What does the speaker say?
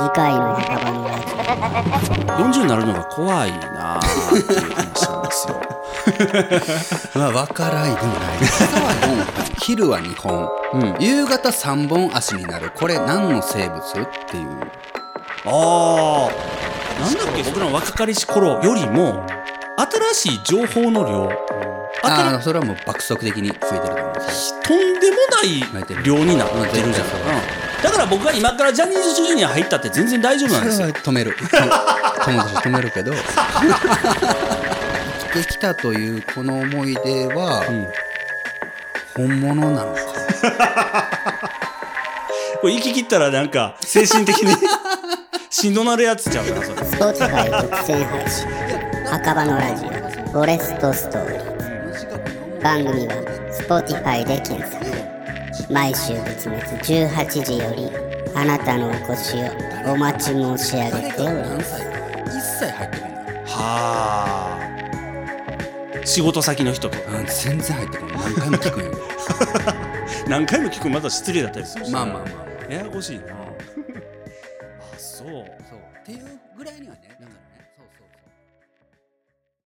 議会の墓場のやつ40になるのが怖いなあっていう話なんですよ まあ、わからいでもない。朝は4本、昼は2本、夕方3本足になる。これ何の生物っていう。ああなんだっけ僕らの若かりし頃よりも新しい情報の量あ新あ、それはもう爆速的に増えてると思います。とんでもない量になってるじゃん、うんだから僕が今からジャニーズジュニア入ったって全然大丈夫なんですそよれは止める。と 友達止めるけど。 生きてきたというこの思い出は、本物なのか。これ息切ったらなんか精神的に しんどなるやつちゃうかなそれスポーツ界独占配信墓場のラジオフォレストストーリー番組は Spotify で検索毎週月末18時よりあなたのお越しをお待ち申し上げ誰てがおります何歳か一切入ってこない。はあ仕事先の人とかうん全然入ってこない。何回も聞くんやけど。何回も聞くまた失礼だったりするしまあまあまあ。ややこしいな あそうそう。っていうぐらいにはね、だからね。そうそうそう。